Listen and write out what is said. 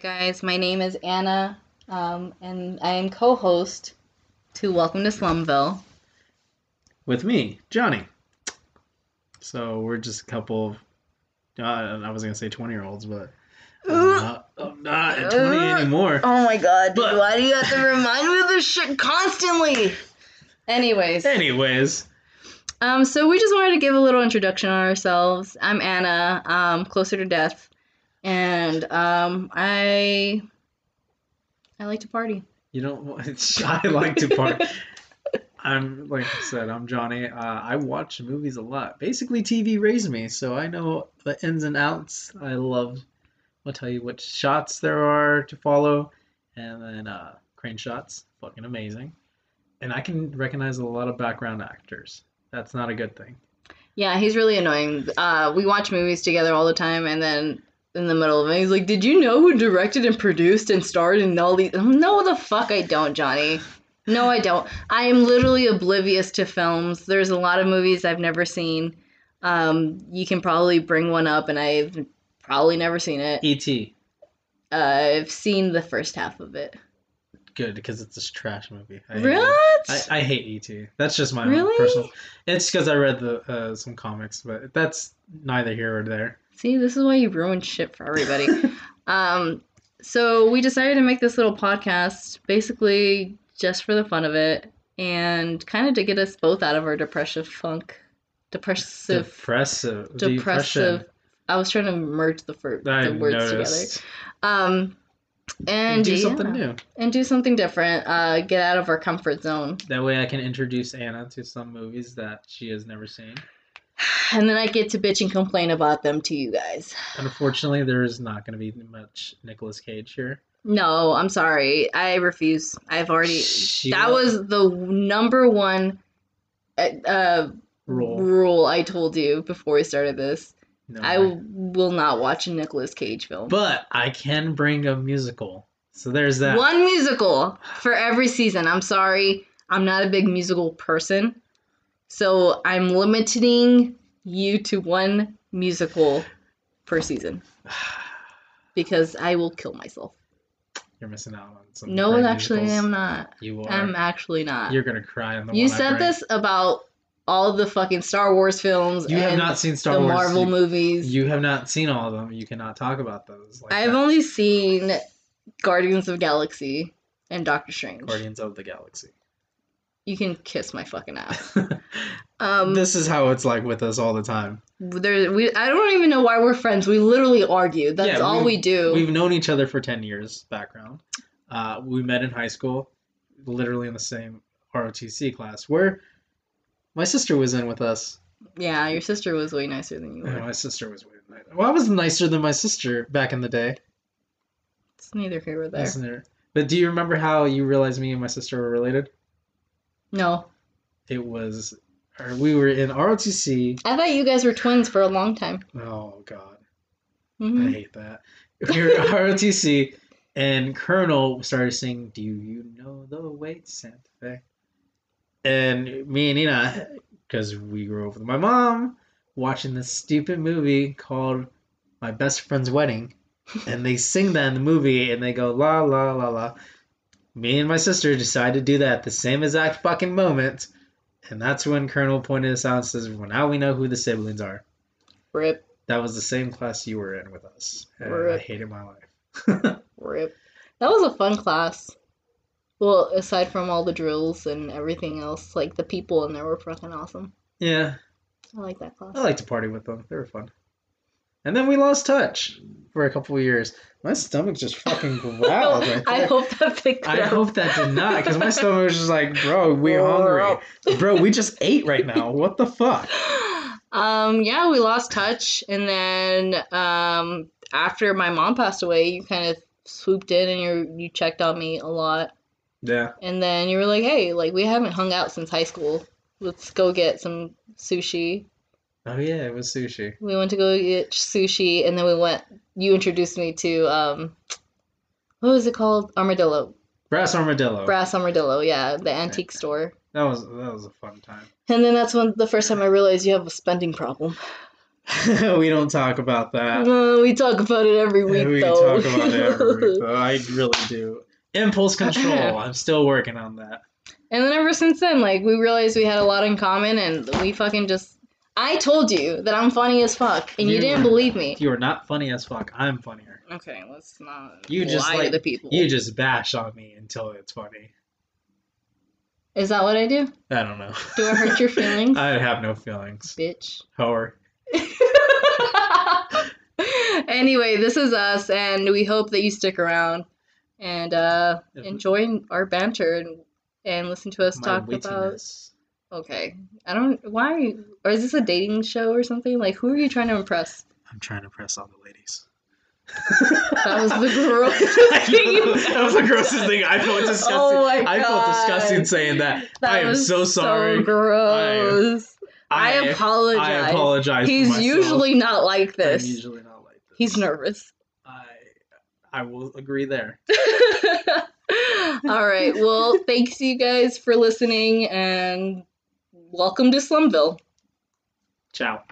guys. My name is Anna, um, and I am co host to Welcome to Slumville. with me, Johnny. So we're just a couple. Of, uh, I was gonna say twenty year olds, but I'm not, I'm not at twenty Ugh. anymore. Oh my god, dude, But- why do you have to remind me of this shit constantly? Anyways, Anyways, um, so we just wanted to give a little introduction on ourselves. I'm Anna, um, closer to death, and um, I I like to party. you know, I like to part. I'm like I said, I'm Johnny. Uh, I watch movies a lot. Basically, TV raised me, so I know the ins and outs. I love. I'll tell you what shots there are to follow, and then uh, crane shots, fucking amazing. And I can recognize a lot of background actors. That's not a good thing. Yeah, he's really annoying. Uh, we watch movies together all the time, and then in the middle of it, he's like, "Did you know who directed and produced and starred in all these?" I'm, no, the fuck, I don't, Johnny. No, I don't. I am literally oblivious to films. There's a lot of movies I've never seen. Um, you can probably bring one up, and I've probably never seen it. E.T. Uh, I've seen the first half of it. Good because it's a trash movie. I hate Really? it. I, I hate E.T. That's just my Really? own personal. It's because I read the uh, some comics, but that's neither here or there. See, this is why you ruin shit for everybody. um, so we decided to make this little podcast basically just for the fun of it and kind of to get us both out of our depressive funk. Depressive. Depressive. depressive. I was trying to merge the, fir- I the words noticed. together. Um, and do yeah, something new. And do something different. Uh, get out of our comfort zone. That way, I can introduce Anna to some movies that she has never seen. And then I get to bitch and complain about them to you guys. Unfortunately, there is not going to be much Nicolas Cage here. No, I'm sorry. I refuse. I've already. She that will- was the number one uh, uh, Rule. rule I told you before we started this. No, I will not watch a Nicolas Cage film. But I can bring a musical. So there's that. One musical for every season. I'm sorry. I'm not a big musical person. So I'm limiting you to one musical per season because I will kill myself. You're missing out on some. No, great actually, musicals. I'm not. You are. I'm actually not. You're gonna cry on the. You one I said bring. this about all the fucking Star Wars films You have and not seen Star the Wars. Marvel you, movies. you have not seen all of them. You cannot talk about those. Like I've that. only seen Guardians of Galaxy and Doctor Strange. Guardians of the Galaxy. You can kiss my fucking ass. Um, this is how it's like with us all the time. there, we, I don't even know why we're friends. We literally argue. That's Yeah, all we we- do. We've known each other for ten years. Background. Uh, we met in high school, literally in the same ROTC class where my sister was in with us. yeah, your sister was way nicer than you And were. my sister was way nicer. Well, I was nicer than my sister back in the day. It's neither here or there. Isn't there- But do you remember how you realized me and my sister were related? No, It was, or we were in ROTC. I thought you guys were twins for a long time. Oh God. I Mhm. hate that. We were at ROTC, and Colonel started singing, Do You Know the Way to Santa Fe? And me and Nina, because we grew up with my mom, watching this stupid movie called My Best Friend's Wedding. And they sing that in the movie, and they go, La, la, la, la. Me and my sister decided to do that at the same exact fucking moment. And that's when Colonel pointed us out and says, Well, now we know who the siblings are. Rip, That was the same class you were in with us. And I Rip. hated my life. rip. That was a fun class. Well, aside from all the drills and everything else, like the people in there were fucking awesome. yeah, I like that class. I liked to party with them. They were fun. And then we lost touch for a couple of years. My stomach just fucking growled. Right I there. hope that picked I it up. hope that did not, because my stomach was just like, bro, we're hungry. Bro, we just ate right now. What the fuck? Um, yeah, we lost touch, and then um, after my mom passed away, you kind of swooped in and you you checked on me a lot, Yeah. and then you were like, "Hey, like we haven't hung out since high school. Let's go get some sushi." Oh yeah, it was sushi. We went to go get sushi, and then we went. You introduced me to um, what was it called? Armadillo, Brass armadillo. Brass Armadillo. Yeah, the antique store. that was that was a fun time. And then that's when the first time I realized you have a spending problem. we don't talk about that. Uh, we talk about it every week, we though. talk about it every week, though. I really do. Impulse control. I'm still working on that. And then ever since then, like we realized we had a lot in common, and we fucking just. I told you that I'm funny as fuck, and you, You didn't were- believe me. You are not funny as fuck. I'm funnier. Okay, let's not You lie just, to like- the people. You just bash on me until it's funny. Is that what I do? I don't know. Do I hurt your feelings? I have no feelings. Bitch. However, anyway, this is us, and we hope that you stick around and uh, If- enjoy our banter and, and listen to us my talk about. wittiness. Okay, I don't. Why? Or is this a dating show or something? Like, who are you trying to impress? I'm trying to press all the ladies. That was the grossest I thing know. you've That was the grossest thing. I felt disgusting. Oh my I felt disgusting God. saying that. That I am was so sorry. gross. I, I apologize. I apologize. for He's myself. usually not like I'm this. usually not like this. He's nervous. I I will agree there. All right. Well, thanks you guys for listening and welcome to Slumville. Ciao.